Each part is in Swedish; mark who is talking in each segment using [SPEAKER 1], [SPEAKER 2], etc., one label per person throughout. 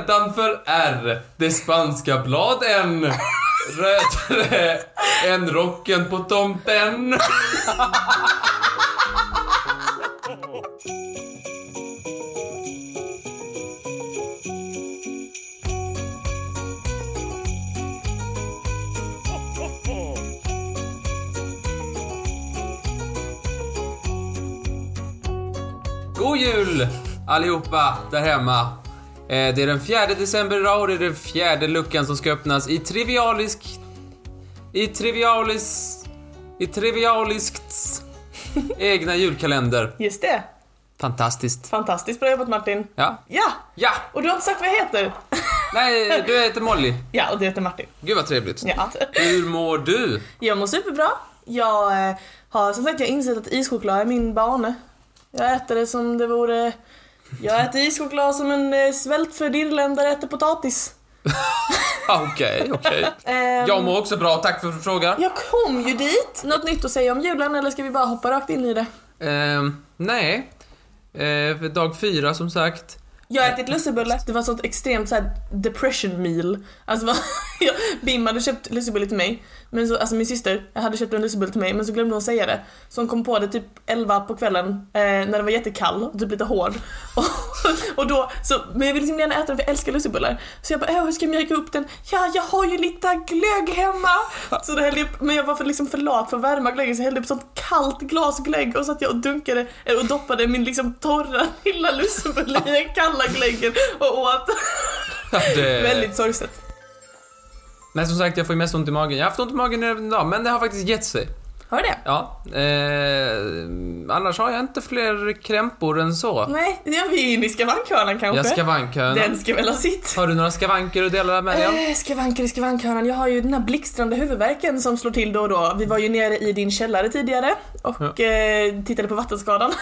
[SPEAKER 1] Nedanför R, de spanska bladen. Rödare än rocken på tomten. God jul allihopa där hemma. Eh, Det är den 4 december idag och det är den fjärde luckan som ska öppnas i trivialisk... I trivialis... I trivialiskt egna julkalender.
[SPEAKER 2] Just det.
[SPEAKER 1] Fantastiskt.
[SPEAKER 2] Fantastiskt bra jobbat Martin.
[SPEAKER 1] Ja.
[SPEAKER 2] Ja!
[SPEAKER 1] Ja!
[SPEAKER 2] Och du har inte sagt vad jag heter.
[SPEAKER 1] Nej, du heter Molly.
[SPEAKER 2] Ja, och du heter Martin.
[SPEAKER 1] Gud vad trevligt.
[SPEAKER 2] Ja.
[SPEAKER 1] Hur mår du?
[SPEAKER 2] Jag mår superbra. Jag eh, har som sagt jag har insett att ischoklad är min bane. Jag äter det som det vore... Jag äter ischoklad som en eh, svältfödd irländare äter potatis.
[SPEAKER 1] Ah, Okej, okej.
[SPEAKER 2] Ehm,
[SPEAKER 1] Jag mår också bra, tack för frågan.
[SPEAKER 2] jag kom ju dit! Något nytt att säga om julen eller ska vi bara hoppa rakt in i det?
[SPEAKER 1] Ehm, nej. Eh, för dag fyra som sagt.
[SPEAKER 2] Jag har ätit lussebulle. Det var sånt extremt så här depression meal. Alltså vad- jag, Bim hade köpt lussebulle till mig. Men så, alltså min syster hade köpt en lussebulle till mig men så glömde hon säga det. Så hon kom på det typ 11 på kvällen eh, när den var jättekall och typ lite hård. Och, och då, så, men jag ville så liksom gärna äta den för jag älskar lussebullar. Så jag bara, äh, hur ska jag mjölka upp den? Ja, jag har ju lite glögg hemma. Så då hällde jag upp, men jag var för, liksom för lat för att värma glöggen så jag hällde upp sånt kallt glas glögg och satt jag och dunkade eller, och doppade min liksom torra lilla lussebulle i den kalla glöggen och åt.
[SPEAKER 1] Det...
[SPEAKER 2] Väldigt sorgset.
[SPEAKER 1] Men som sagt, jag får ju mest ont i magen. Jag har haft ont i magen även idag, men det har faktiskt gett sig.
[SPEAKER 2] Har du det?
[SPEAKER 1] Ja. Eh, annars har jag inte fler krämpor än så.
[SPEAKER 2] Nej, det är vi inne i skavankhörnan kanske.
[SPEAKER 1] Jag skavankhörna.
[SPEAKER 2] Den ska väl ha sitt.
[SPEAKER 1] Har du några skavanker att dela med dig av?
[SPEAKER 2] Eh, skavanker i skavankhörnan. Jag har ju den här blixtrande huvudvärken som slår till då och då. Vi var ju nere i din källare tidigare och eh, tittade på vattenskadan.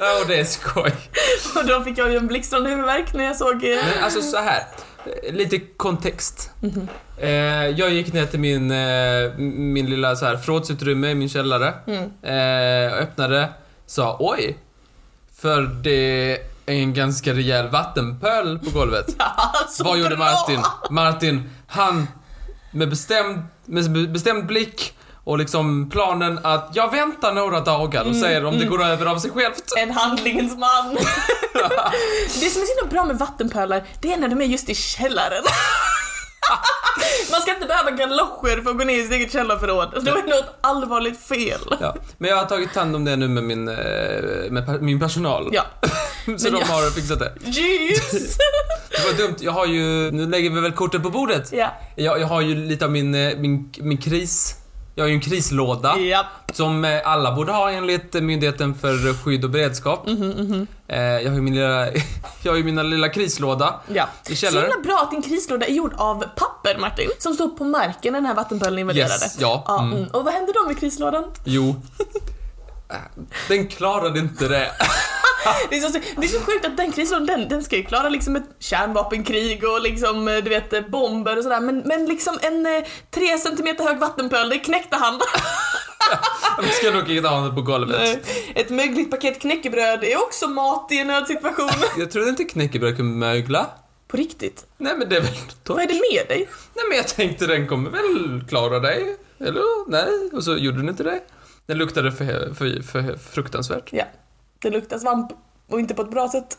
[SPEAKER 1] Åh, det är skoj.
[SPEAKER 2] och då fick jag ju en blixtrande huvudvärk när jag såg... Eh,
[SPEAKER 1] Men alltså så här. eh, Lite kontext. Eh, jag gick ner till min, eh, min lilla så här, förrådsutrymme i min källare. Eh, och öppnade. Sa oj. För det är en ganska rejäl vattenpöl på golvet.
[SPEAKER 2] alltså,
[SPEAKER 1] Vad gjorde
[SPEAKER 2] bra!
[SPEAKER 1] Martin? Martin, han med bestämd, med be- bestämd blick och liksom planen att jag väntar några dagar och säger om det går över av sig självt.
[SPEAKER 2] En handlingens man. det som är så himla bra med vattenpölar, det är när de är just i källaren. Man ska inte behöva galoscher för att gå ner i sitt eget källarförråd. Alltså, Det var något allvarligt fel.
[SPEAKER 1] Ja. Men jag har tagit hand om det nu med min, eh, med per, min personal.
[SPEAKER 2] Ja.
[SPEAKER 1] Så
[SPEAKER 2] men
[SPEAKER 1] de
[SPEAKER 2] jag-
[SPEAKER 1] har fixat det.
[SPEAKER 2] Jeeves!
[SPEAKER 1] Det var dumt, jag har ju, nu lägger vi väl korten på bordet.
[SPEAKER 2] ja.
[SPEAKER 1] Jag, jag har ju lite av min, eh, min, min kris, jag har ju en krislåda.
[SPEAKER 2] Ja.
[SPEAKER 1] Som eh, alla borde ha enligt eh, Myndigheten för skydd och beredskap.
[SPEAKER 2] Mhm,
[SPEAKER 1] Eh, Jag har ju min lilla, jag har ju min lilla krislåda
[SPEAKER 2] Ja.
[SPEAKER 1] i
[SPEAKER 2] Så
[SPEAKER 1] källaren.
[SPEAKER 2] himla bra att din krislåda är gjord av papper Martin, som står på marken när den här vattenpölen invaderade.
[SPEAKER 1] Yes, ja,
[SPEAKER 2] ja
[SPEAKER 1] mm.
[SPEAKER 2] mm. Och vad hände då med krislådan?
[SPEAKER 1] Jo. Eh, Den klarade inte det.
[SPEAKER 2] Det är så, det är så sjukt att den krislådan, den, den ska ju klara liksom ett kärnvapenkrig och liksom, eh, du vet, eh, bomber och sådär. Men, men liksom en eh, tre centimeter hög vattenpöl, det knäckte han.
[SPEAKER 1] Vi ska nog inte ha den på golvet.
[SPEAKER 2] Ett mögligt paket knäckebröd är också mat i en nödsituation.
[SPEAKER 1] Jag trodde inte knäckebröd kunde mögla.
[SPEAKER 2] På riktigt,
[SPEAKER 1] Nej men det är väl
[SPEAKER 2] vad är det med dig?
[SPEAKER 1] Nej men jag tänkte den kommer väl klara dig. Eller? Nej. Och så gjorde den inte det. Den luktade för, för, för fruktansvärt.
[SPEAKER 2] Ja, det luktar svamp och inte på ett bra sätt.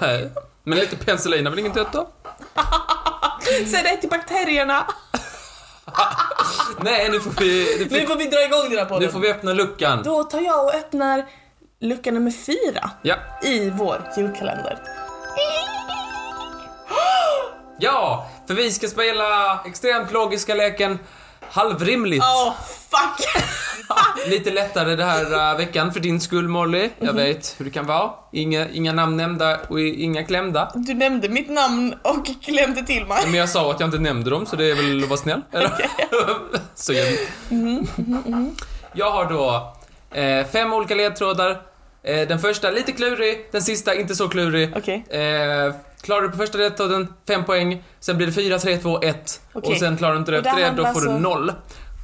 [SPEAKER 1] Nej. Men lite penicillin har väl inget gött då?
[SPEAKER 2] Säg det till bakterierna.
[SPEAKER 1] Nej, nu får vi... Nu
[SPEAKER 2] Nu
[SPEAKER 1] får,
[SPEAKER 2] får vi dra igång den här podden.
[SPEAKER 1] nu får vi öppna luckan.
[SPEAKER 2] Då tar jag och öppnar lucka nummer fyra
[SPEAKER 1] Ja.
[SPEAKER 2] i vår julkalender.
[SPEAKER 1] Ja, för vi ska spela extremt logiska leken Halvrimligt.
[SPEAKER 2] Åh, fuck!
[SPEAKER 1] Lite lättare den här äh, veckan för din skull Molly. Jag vet hur det kan vara. Inga, inga namn nämnda och i- inga klämda.
[SPEAKER 2] Du nämnde mitt namn och klämde till mig.
[SPEAKER 1] Men jag sa att jag inte nämnde dem så det är väl att vara snäll. Eller? så gör
[SPEAKER 2] Mm,
[SPEAKER 1] vi. Jag har då eh, fem olika ledtrådar. Eh, den första lite klurig, den sista inte så klurig.
[SPEAKER 2] Okej.
[SPEAKER 1] Eh, klarar du på första ledtråden, fem poäng. Sen blir det fyra, tre, två, ett.
[SPEAKER 2] Okej.
[SPEAKER 1] Och sen klarar du inte det
[SPEAKER 2] Och det
[SPEAKER 1] efter det, då
[SPEAKER 2] handlar
[SPEAKER 1] får du
[SPEAKER 2] alltså-
[SPEAKER 1] noll.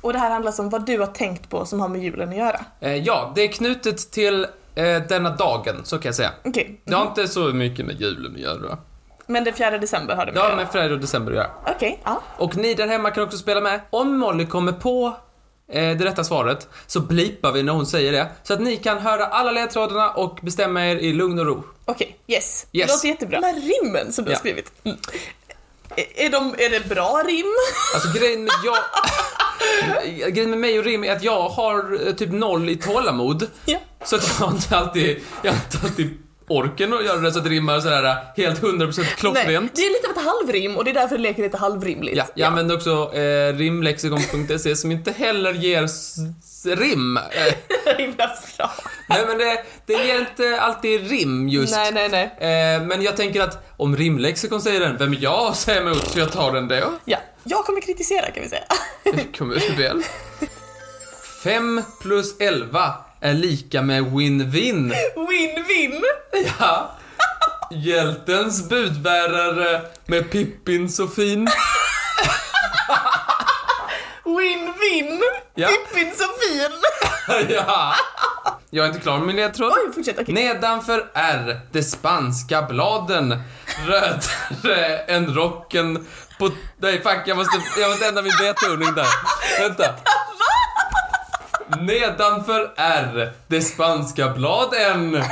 [SPEAKER 2] Och det här handlar alltså om vad du har tänkt på som har med julen att göra.
[SPEAKER 1] Eh, ja, det är knutet till eh, denna dagen, så kan jag säga.
[SPEAKER 2] Okej.
[SPEAKER 1] Det har inte så mycket med julen att göra.
[SPEAKER 2] Men det är 4 december har det
[SPEAKER 1] Det har
[SPEAKER 2] göra.
[SPEAKER 1] med Fredag och December att göra.
[SPEAKER 2] Okej, ja.
[SPEAKER 1] Och ni där hemma kan också spela med. Om Molly kommer på eh, det rätta svaret så blipar vi när hon säger det. Så att ni kan höra alla ledtrådarna och bestämma er i lugn och ro.
[SPEAKER 2] Okej, yes.
[SPEAKER 1] Yes.
[SPEAKER 2] Det låter jättebra. De här rimmen som du
[SPEAKER 1] Ja.
[SPEAKER 2] har skrivit. Mm. Är- Är, de, är det bra rim?
[SPEAKER 1] Alltså grejen med jag... Grejen med mig och Rim är att jag har eh, typ noll i tålamod.
[SPEAKER 2] ja.
[SPEAKER 1] Så att jag har inte alltid, jag har inte alltid orken att göra det så att det rimmar sådär helt 100%
[SPEAKER 2] Nej,
[SPEAKER 1] klockrent.
[SPEAKER 2] det är lite av ett halvrim och det är därför det leker lite halvrimligt.
[SPEAKER 1] Ja, jag använder också eh, rimlexikon.se som inte heller ger s- s- rim. Eh,
[SPEAKER 2] Himla bra.
[SPEAKER 1] nej men det, det ger inte alltid rim just.
[SPEAKER 2] Nej, nej, nej.
[SPEAKER 1] Eh, men jag tänker att om rimlexikon säger den, vem är jag att säga emot så jag tar den då.
[SPEAKER 2] Ja, jag kommer kritisera kan vi säga.
[SPEAKER 1] Det kommer ut väl. 5 plus 11 är lika med win-win.
[SPEAKER 2] Win-win!
[SPEAKER 1] Ja. Hjältens budbärare med Pippin så fin.
[SPEAKER 2] Win-win!
[SPEAKER 1] Ja.
[SPEAKER 2] Pippin Sofin!
[SPEAKER 1] Ja. Jag är inte klar med min ledtråd.
[SPEAKER 2] Oj, fortsätt. Okej.
[SPEAKER 1] Nedanför är de spanska bladen rödare än rocken på... Nej, fuck, jag måste, jag måste ändra min betoning där. Vänta. Nedanför är de spanska bladen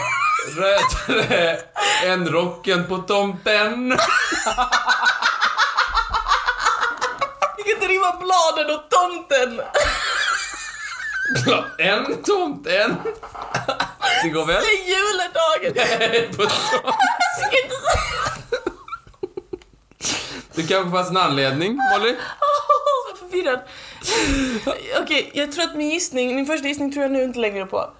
[SPEAKER 1] rödare än rocken på tomten.
[SPEAKER 2] Vi kan inte rimma bladen och tomten!
[SPEAKER 1] Bla- En tomten. Det går väl?
[SPEAKER 2] Det är juledagen!
[SPEAKER 1] På tom-
[SPEAKER 2] Jag ska inte säga...
[SPEAKER 1] Det kanske fanns en anledning, Molly?
[SPEAKER 2] Åh, vad förvirrad. Okej, jag tror att min gissning, min första gissning tror jag nu inte längre på.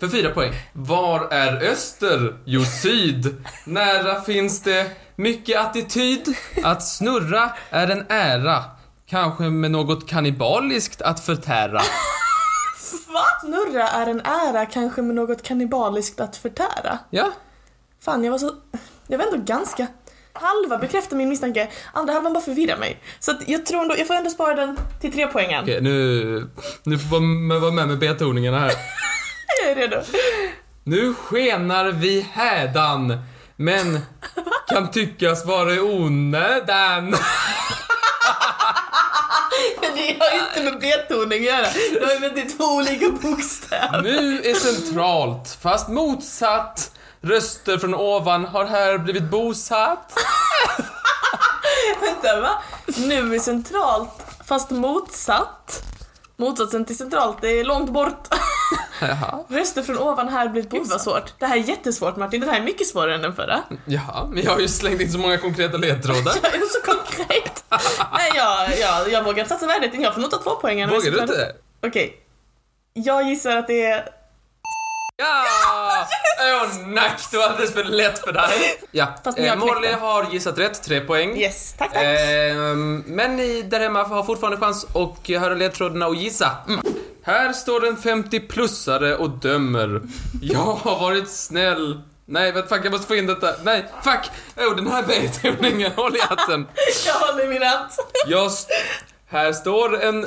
[SPEAKER 1] För fyra poäng. Var är öster? Jo, syd. Nära finns det mycket attityd. Att snurra är en ära. Kanske med något kannibaliskt att förtära.
[SPEAKER 2] Va? Snurra är en ära kanske med något kannibaliskt att förtära.
[SPEAKER 1] Ja,
[SPEAKER 2] Fan, jag var så... Jag var ändå ganska... Halva bekräftar min misstanke, andra halvan bara förvirrar mig. Så att jag tror ändå, jag får ändå spara den till tre poängen.
[SPEAKER 1] okej nu... Nu får man vara med med betoningarna här.
[SPEAKER 2] Jag är redo.
[SPEAKER 1] Nu skenar vi hädan, men kan tyckas vara i onödan.
[SPEAKER 2] Men det har ju inte med betoning att göra. Det har ju med att det är två olika bokstäver.
[SPEAKER 1] Nu är centralt, fast motsatt. Röster från ovan har här blivit bosatt.
[SPEAKER 2] Vänta, va? Nu är centralt, fast motsatt. Motsatsen till centralt, det är långt bort.
[SPEAKER 1] Jaha.
[SPEAKER 2] Röster från ovan här blir Gud vad svårt. Det här är jättesvårt Martin, det här är mycket svårare än den förra.
[SPEAKER 1] Ja, men jag har ju slängt in så många konkreta ledtrådar.
[SPEAKER 2] Jag är så konkret. Nej, jag, jag, jag vågar inte satsa värdet. Jag får nog ta två poängen.
[SPEAKER 1] Vågar du inte?
[SPEAKER 2] Okej. Jag gissar att det är...
[SPEAKER 1] Ja! Åh, nack, det var alldeles för lätt för dig. Ja,
[SPEAKER 2] Fast ni har
[SPEAKER 1] eh, Molly
[SPEAKER 2] knäckt
[SPEAKER 1] har gissat rätt, tre poäng.
[SPEAKER 2] Yes, tack tack.
[SPEAKER 1] Ehm, men ni där hemma har fortfarande chans att höra ledtrådarna och gissa.
[SPEAKER 2] Mm.
[SPEAKER 1] Här står en 50-plussare och dömer. Jag har varit snäll. Nej, vänta, fuck, jag måste få in detta. Nej, fuck! Oh, den här betoningen, håll i hatten.
[SPEAKER 2] Jag håller min hatt.
[SPEAKER 1] Jag st- här står en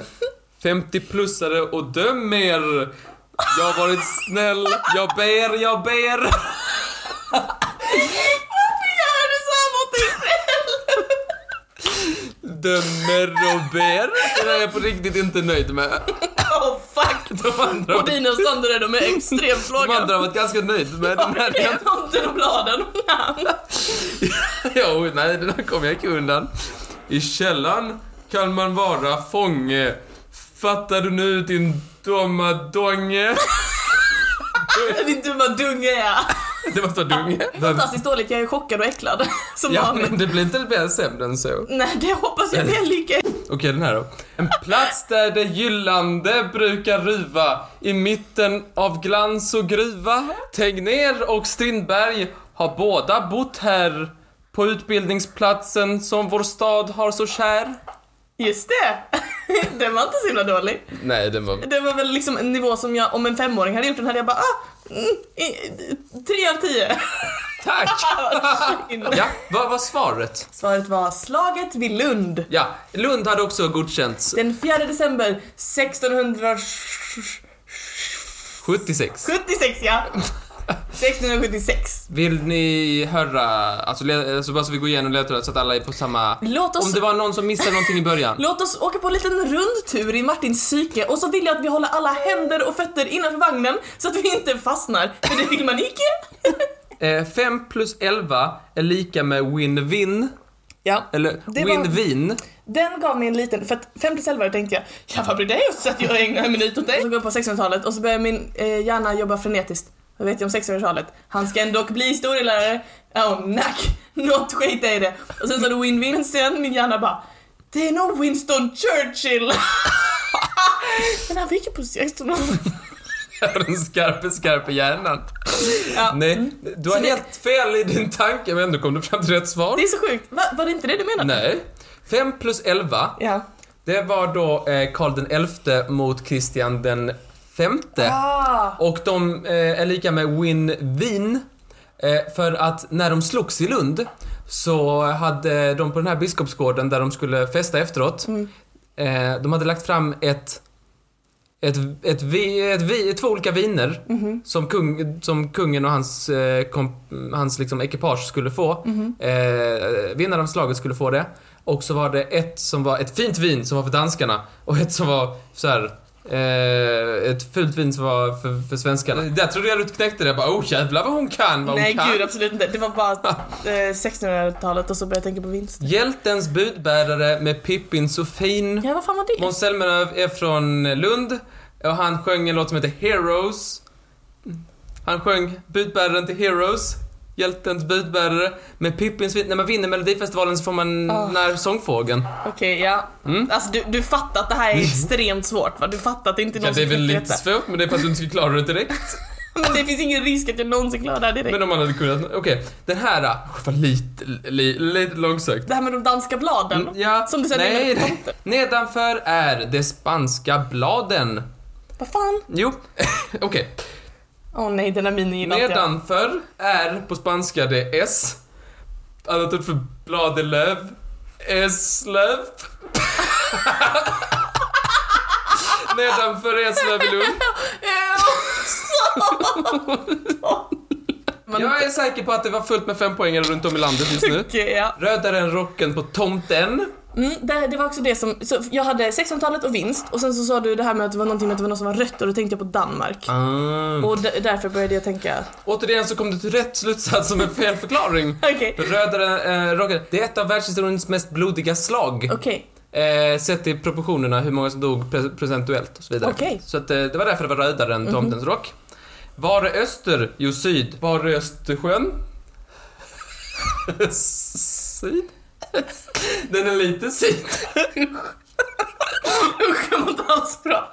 [SPEAKER 1] 50-plussare och dömer. Jag har varit snäll, jag ber, jag ber.
[SPEAKER 2] Varför gör du så här mot dig själv?
[SPEAKER 1] Dömer och ber. Det där är jag på riktigt inte nöjd med.
[SPEAKER 2] Oh fuck.
[SPEAKER 1] De andra
[SPEAKER 2] Och dina standarder, de är extremt
[SPEAKER 1] De andra
[SPEAKER 2] låga.
[SPEAKER 1] har varit ganska nöjd med den här.
[SPEAKER 2] Det är tomten och bladen.
[SPEAKER 1] Jo, nej, den här kom jag inte undan. I källan kan man vara fånge. Fattar du nu din dumma donge?
[SPEAKER 2] Din dumma dunge ja.
[SPEAKER 1] Det måste vara dunge.
[SPEAKER 2] Fantastiskt dåligt, jag är chockad och äcklad. Som
[SPEAKER 1] Ja,
[SPEAKER 2] vanligt.
[SPEAKER 1] men det blir inte bättre sämre än så.
[SPEAKER 2] Nej, det hoppas jag väl lika.
[SPEAKER 1] Okej, den här då. En plats där det gyllande brukar ruva i mitten av glans och gruva. Tegner och Strindberg har båda bott här på utbildningsplatsen som vår stad har så kär.
[SPEAKER 2] Just det! Den var inte så himla dålig.
[SPEAKER 1] Nej, den var...
[SPEAKER 2] Det var väl liksom en nivå som jag, om en femåring hade gjort den hade jag bara ah, mm, i- tre av tio.
[SPEAKER 1] Tack! Ja, vad var svaret?
[SPEAKER 2] Svaret var slaget vid Lund.
[SPEAKER 1] Ja, Lund hade också godkänts
[SPEAKER 2] Den 4 december
[SPEAKER 1] 76.
[SPEAKER 2] 1676 ja. 1676.
[SPEAKER 1] Vill ni höra, alltså, le- alltså bara så vi går igenom ledtrådar så att alla är på samma...
[SPEAKER 2] Låt
[SPEAKER 1] Om
[SPEAKER 2] oss,
[SPEAKER 1] det var någon som missade någonting i början.
[SPEAKER 2] låt oss åka på en liten rundtur i Martins psyke och så vill jag att vi håller alla händer och fötter innanför vagnen så att vi inte fastnar, för det vill man icke.
[SPEAKER 1] Eh, 5 plus 11 är lika med win-win.
[SPEAKER 2] Ja,
[SPEAKER 1] Eller
[SPEAKER 2] Det var-
[SPEAKER 1] win-win.
[SPEAKER 2] den gav mig en liten, för att 50 selvare tänkte jag, ja vad blir det just att jag ägnar en minut åt dig? Så går jag på 1600-talet och så börjar min eh, hjärna jobba frenetiskt. Vad vet jag om 1600-talet? Han ska ändå bli historielärare. Oh nack, något skit är det. Och sen så är det win-win, sen min hjärna bara, det är nog Winston Churchill. Men han fick ju på 1600-talet.
[SPEAKER 1] Den skarpe, skarpe hjärnan.
[SPEAKER 2] Ja.
[SPEAKER 1] Nej, du har
[SPEAKER 2] Så det-
[SPEAKER 1] helt fel i din tanke men ändå kom du fram till rätt svar.
[SPEAKER 2] Det är så sjukt. Va, var det inte det du menade?
[SPEAKER 1] Nej. 5 plus 11,
[SPEAKER 2] Ja.
[SPEAKER 1] det var då eh, Karl den elfte mot Kristian den femte.
[SPEAKER 2] Ah.
[SPEAKER 1] Och de eh, är lika med win-win. Eh, för att när de slogs i Lund så hade de på den här biskopsgården där de skulle festa efteråt.
[SPEAKER 2] Mm.
[SPEAKER 1] Eh, de hade lagt fram ett ett, ett, vi, ett, vi, två olika viner
[SPEAKER 2] Mhm.
[SPEAKER 1] som, kung, som kungen och hans, eh, kom, hans liksom ekipage skulle få.
[SPEAKER 2] Mhm.
[SPEAKER 1] Eh, vinnaren av slaget skulle få det. Och så var det ett som var ett fint vin som var för danskarna och ett som var så här. Eh, ett fult vin som var för, för svenskarna. Eh, Där trodde jag att du knäckte det. Jag bara, oh jävlar vad hon kan, vad hon
[SPEAKER 2] Nej
[SPEAKER 1] kan.
[SPEAKER 2] gud absolut inte. Det var bara eh, 1600-talet och så började jag tänka på vinst.
[SPEAKER 1] Hjältens budbärare med Pippin Sofin.
[SPEAKER 2] Ja vad fan var det?
[SPEAKER 1] Måns Zelmerlöw är från Lund och han sjöng en låt som heter Heroes. Han sjöng budbäraren till Heroes, hjältens budbärare. Med Pippins vin- när man vinner Melodifestivalen så får man
[SPEAKER 2] Ah.
[SPEAKER 1] när sångfågeln.
[SPEAKER 2] Okej, ja.
[SPEAKER 1] Mm.
[SPEAKER 2] Alltså du, du fattar att det här är extremt svårt va? Du fattar att det inte är
[SPEAKER 1] Ja,
[SPEAKER 2] någon
[SPEAKER 1] det är
[SPEAKER 2] som
[SPEAKER 1] väl
[SPEAKER 2] kan
[SPEAKER 1] lite
[SPEAKER 2] detta.
[SPEAKER 1] svårt men det är för att du inte skulle klara det direkt.
[SPEAKER 2] Men det finns ingen risk att jag någonsin klarar det här direkt.
[SPEAKER 1] Men om man hade kunnat. Okej, den här ah, var lite, li, lite långsökt.
[SPEAKER 2] Det här med de danska bladen.
[SPEAKER 1] Mm, Ja,
[SPEAKER 2] Som du sen
[SPEAKER 1] nej,
[SPEAKER 2] nämnde på tomten.
[SPEAKER 1] Nedanför är de spanska bladen.
[SPEAKER 2] Vad fan?
[SPEAKER 1] Jo, okej.
[SPEAKER 2] Åh nej, den här minen gillar inte jag.
[SPEAKER 1] Nedanför är på spanska det S. Annat ord för blad är löv. S-löv. Nedanför är S-löv i Lund.
[SPEAKER 2] eh, Man-
[SPEAKER 1] Jag är säker på att det var fullt med fem poängare runt om i landet just nu.
[SPEAKER 2] Okej, ja.
[SPEAKER 1] Rödare än rocken på tomten.
[SPEAKER 2] Mm, det, det var också det som, så jag hade 1600-talet och vinst och sen så sa du det här med att det var någonting med att det var något som var rött och då tänkte jag på Danmark.
[SPEAKER 1] Ah.
[SPEAKER 2] Och d- därför började jag tänka,
[SPEAKER 1] Återigen så kom du till rätt slutsats som en fel förklaring.
[SPEAKER 2] okej,
[SPEAKER 1] Rödare än eh, rocken. Det är ett av världshistoriens mest blodiga slag.
[SPEAKER 2] okej,
[SPEAKER 1] Eh, sett i proportionerna, hur många som dog pre- procentuellt och så vidare.
[SPEAKER 2] Okej. Mhm.
[SPEAKER 1] Så att, eh, det var därför det var rödare än tomtens rock. Var är öster? Jo, syd. Var är Östersjön? syd? Den är lite syd.
[SPEAKER 2] usch jag mår inte alls bra.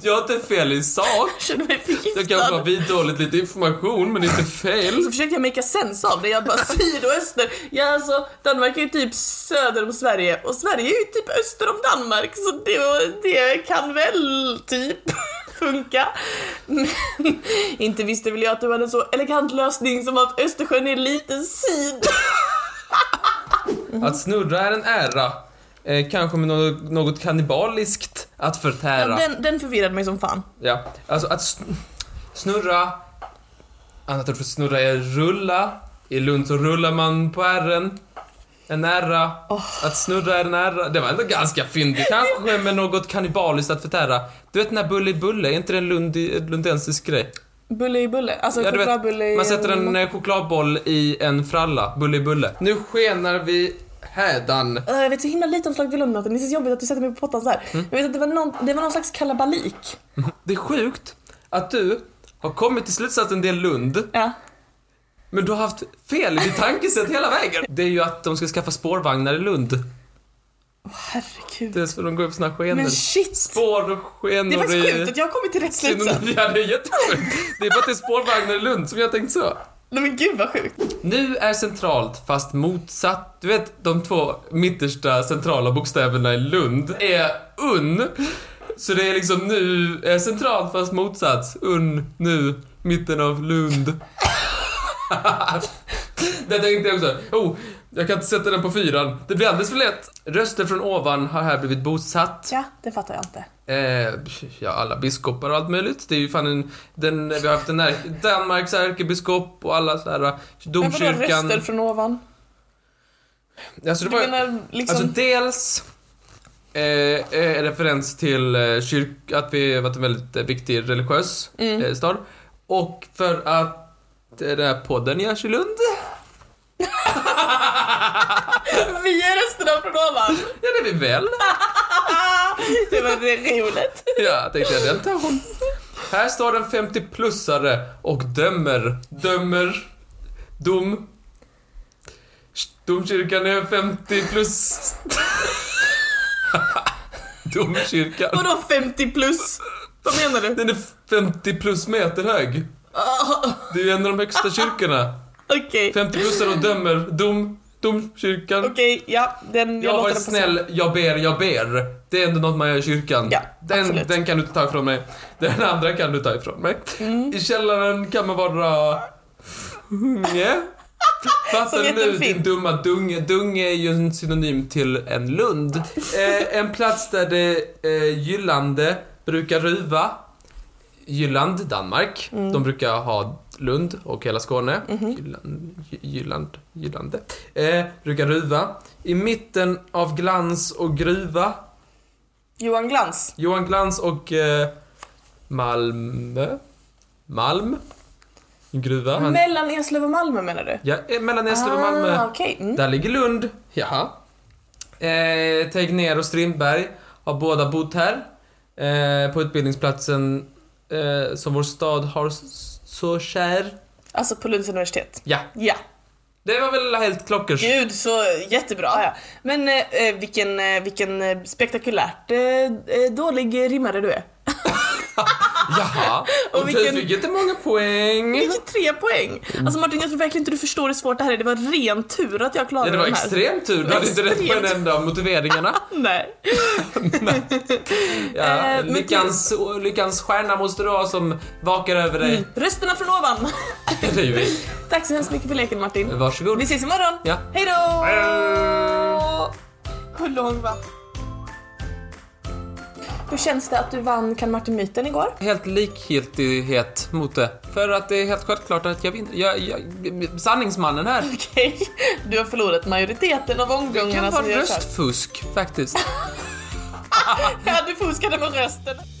[SPEAKER 1] Jag har inte fel i sak.
[SPEAKER 2] Jag känner mig förgiftad.
[SPEAKER 1] Jag kanske har vidhållit lite information, men inte
[SPEAKER 2] Så
[SPEAKER 1] fel.
[SPEAKER 2] försökte jag make sense av det. Jag bara syd och öster. Ja alltså Danmark är ju typ söder om Sverige och Sverige är ju typ öster om Danmark så det, det kan väl typ funka. Men inte visste väl jag att det var en så elegant lösning som att Östersjön är lite syd. Mhm.
[SPEAKER 1] Att snurra är en ära. Eh, kanske med något, något kannibaliskt att förtära.
[SPEAKER 2] Den, den förvirrade mig som fan.
[SPEAKER 1] Ja, alltså att sn- snurra, annat ord för snurra är rulla. I Lund så rullar man på ärren. En ära.
[SPEAKER 2] Oh.
[SPEAKER 1] Att snurra är en ära. Det var ändå ganska fyndigt. Kanske med något kannibaliskt att förtära. Du vet den här Bulle i Bulle, är inte det en lundi, lundensisk grej?
[SPEAKER 2] Bulle i bulle, alltså
[SPEAKER 1] Ja, du vet,
[SPEAKER 2] chokladbulle i...
[SPEAKER 1] Man sätter en eh, chokladboll i en fralla. Bulle i Bulle. Nu skenar vi hädan.
[SPEAKER 2] Äh, Jag vet så himla lite om Slag vid Lundnatten, det är så jobbigt att du sätter mig på pottan så här.
[SPEAKER 1] Mm.
[SPEAKER 2] Jag vet att det var, någon, det var någon slags kalabalik.
[SPEAKER 1] Det är sjukt att du har kommit till slutsatsen det är Lund.
[SPEAKER 2] Ja.
[SPEAKER 1] Men du har haft fel i ditt tankesätt hela vägen. Det är ju att de ska skaffa spårvagnar i Lund.
[SPEAKER 2] Herregud.
[SPEAKER 1] Det är så de går upp såna här skenor.
[SPEAKER 2] Men shit!
[SPEAKER 1] Spår och skenor
[SPEAKER 2] Det är faktiskt sjukt
[SPEAKER 1] i...
[SPEAKER 2] att jag har kommit till rätt slutsats.
[SPEAKER 1] Synonym- Ja, det är jättesjukt. Det är för att det är spårvagnar i Lund som jag har tänkt så.
[SPEAKER 2] Nej men gud vad sjukt.
[SPEAKER 1] Nu är centralt fast motsatt. Du vet de två mittersta centrala bokstäverna i Lund är un. Så det är liksom nu är centralt fast motsats. Un, nu, mitten av Lund. Där tänkte jag också, oh, jag kan inte sätta den på fyran. Det blir alldeles för lätt. Röster från ovan har här blivit bosatt.
[SPEAKER 2] Ja, det fattar jag inte.
[SPEAKER 1] Eh, ja, alla biskopar och allt möjligt. Det är ju fan en... Den, vi har haft den här Danmarks ärkebiskop och alla så här
[SPEAKER 2] Men vadå
[SPEAKER 1] domkyrkan.
[SPEAKER 2] röster från ovan?
[SPEAKER 1] Alltså det
[SPEAKER 2] Du
[SPEAKER 1] var
[SPEAKER 2] menar liksom...
[SPEAKER 1] Alltså dels eh, eh, referens till eh, kyrk, att vi har varit en väldigt eh, viktig religiös
[SPEAKER 2] Mm.
[SPEAKER 1] eh, stad. Och för att eh, den här podden görs i Lund.
[SPEAKER 2] Vi är rösterna från ovan!
[SPEAKER 1] Ja, det är vi väl.
[SPEAKER 2] Det var det roligt.
[SPEAKER 1] Ja, tänkte jag, den tar hon. Här står en 50-plussare och dömer, dömer, dom. Domkyrkan är 50 plus. Domkyrkan.
[SPEAKER 2] Vadå 50 plus? Vad menar du?
[SPEAKER 1] Den är 50 plus meter hög.
[SPEAKER 2] Ah,
[SPEAKER 1] Det är ju en av de högsta kyrkorna.
[SPEAKER 2] Okej,
[SPEAKER 1] 50 plussare och dömer dom, domkyrkan.
[SPEAKER 2] okej, ja. Den, jag
[SPEAKER 1] Jag var
[SPEAKER 2] låter den passera.
[SPEAKER 1] snäll, jag ber, jag ber. Det är ändå något man gör i kyrkan.
[SPEAKER 2] Ja,
[SPEAKER 1] den,
[SPEAKER 2] absolut.
[SPEAKER 1] den kan du inte ta ifrån mig. Den andra kan du ta ifrån mig.
[SPEAKER 2] Mm.
[SPEAKER 1] I källaren kan man vara... Unge.
[SPEAKER 2] Som
[SPEAKER 1] Fattar du nu
[SPEAKER 2] heter
[SPEAKER 1] din
[SPEAKER 2] Finn.
[SPEAKER 1] dumma dunge? Dunge är ju en synonym till en lund. Eh, en plats där det eh, gyllande brukar ruva. Jylland, Danmark.
[SPEAKER 2] Mm.
[SPEAKER 1] De brukar ha Lund och hela Skåne.
[SPEAKER 2] Mhm.
[SPEAKER 1] Jylland, Gy- Jylland, Jyllande. Eh, brukar ruva. I mitten av Glans och Gruva.
[SPEAKER 2] Johan Glans.
[SPEAKER 1] Johan Glans och eh, Malmö. Malm. Gruva. Han,
[SPEAKER 2] Mellan Eslöv och Malmö menar du?
[SPEAKER 1] ja, eh, mellan Eslöv och Malmö.
[SPEAKER 2] Ah, okej. Mm.
[SPEAKER 1] Där ligger Lund. Jaha. Eh, Tegnér och Strindberg har båda bott här. Eh, på utbildningsplatsen eh, som vår stad har s- så kär.
[SPEAKER 2] Alltså på Lunds universitet.
[SPEAKER 1] Ja,
[SPEAKER 2] Ja,
[SPEAKER 1] det var väl helt klockers.
[SPEAKER 2] gud så eh, jättebra. Ja. Men eh, eh, vilken, eh, vilken eh, spektakulärt eh, eh, dålig rimmare du är.
[SPEAKER 1] Jaha.
[SPEAKER 2] Och
[SPEAKER 1] Och,
[SPEAKER 2] vilken-
[SPEAKER 1] du fick inte många poäng.
[SPEAKER 2] Vilket tre poäng! Alltså Martin, jag tror verkligen inte du förstår hur svårt det här är. Det var ren tur att jag
[SPEAKER 1] Ja,
[SPEAKER 2] klarade
[SPEAKER 1] det var
[SPEAKER 2] den här.
[SPEAKER 1] extrem tur. Du hade inte rätt på en
[SPEAKER 2] alltså- Extremt.
[SPEAKER 1] enda av motiveringarna.
[SPEAKER 2] Nej.
[SPEAKER 1] Ja,
[SPEAKER 2] Eh, men
[SPEAKER 1] lyckans, lyckans stjärna måste du ha som vakar över dig.
[SPEAKER 2] Rösterna från ovan.
[SPEAKER 1] Det är ju vi.
[SPEAKER 2] Tack så hemskt mycket för leken Martin.
[SPEAKER 1] Varsågod. Eh.
[SPEAKER 2] Vi ses imorgon.
[SPEAKER 1] Ja.
[SPEAKER 2] Hej då!
[SPEAKER 1] Hej
[SPEAKER 2] då! Hur lång var Hur känns det att du vann Kan Martin Myten igår?
[SPEAKER 1] Helt likgiltighet mot det. För att det är helt självklart att jag vinner. Jag, jag, sanningsmannen här.
[SPEAKER 2] Okej, du har förlorat majoriteten av
[SPEAKER 1] Det kan
[SPEAKER 2] omgångarna
[SPEAKER 1] vara
[SPEAKER 2] vi har kört.
[SPEAKER 1] röstfusk faktiskt.
[SPEAKER 2] Ja, du fuskade med rösten.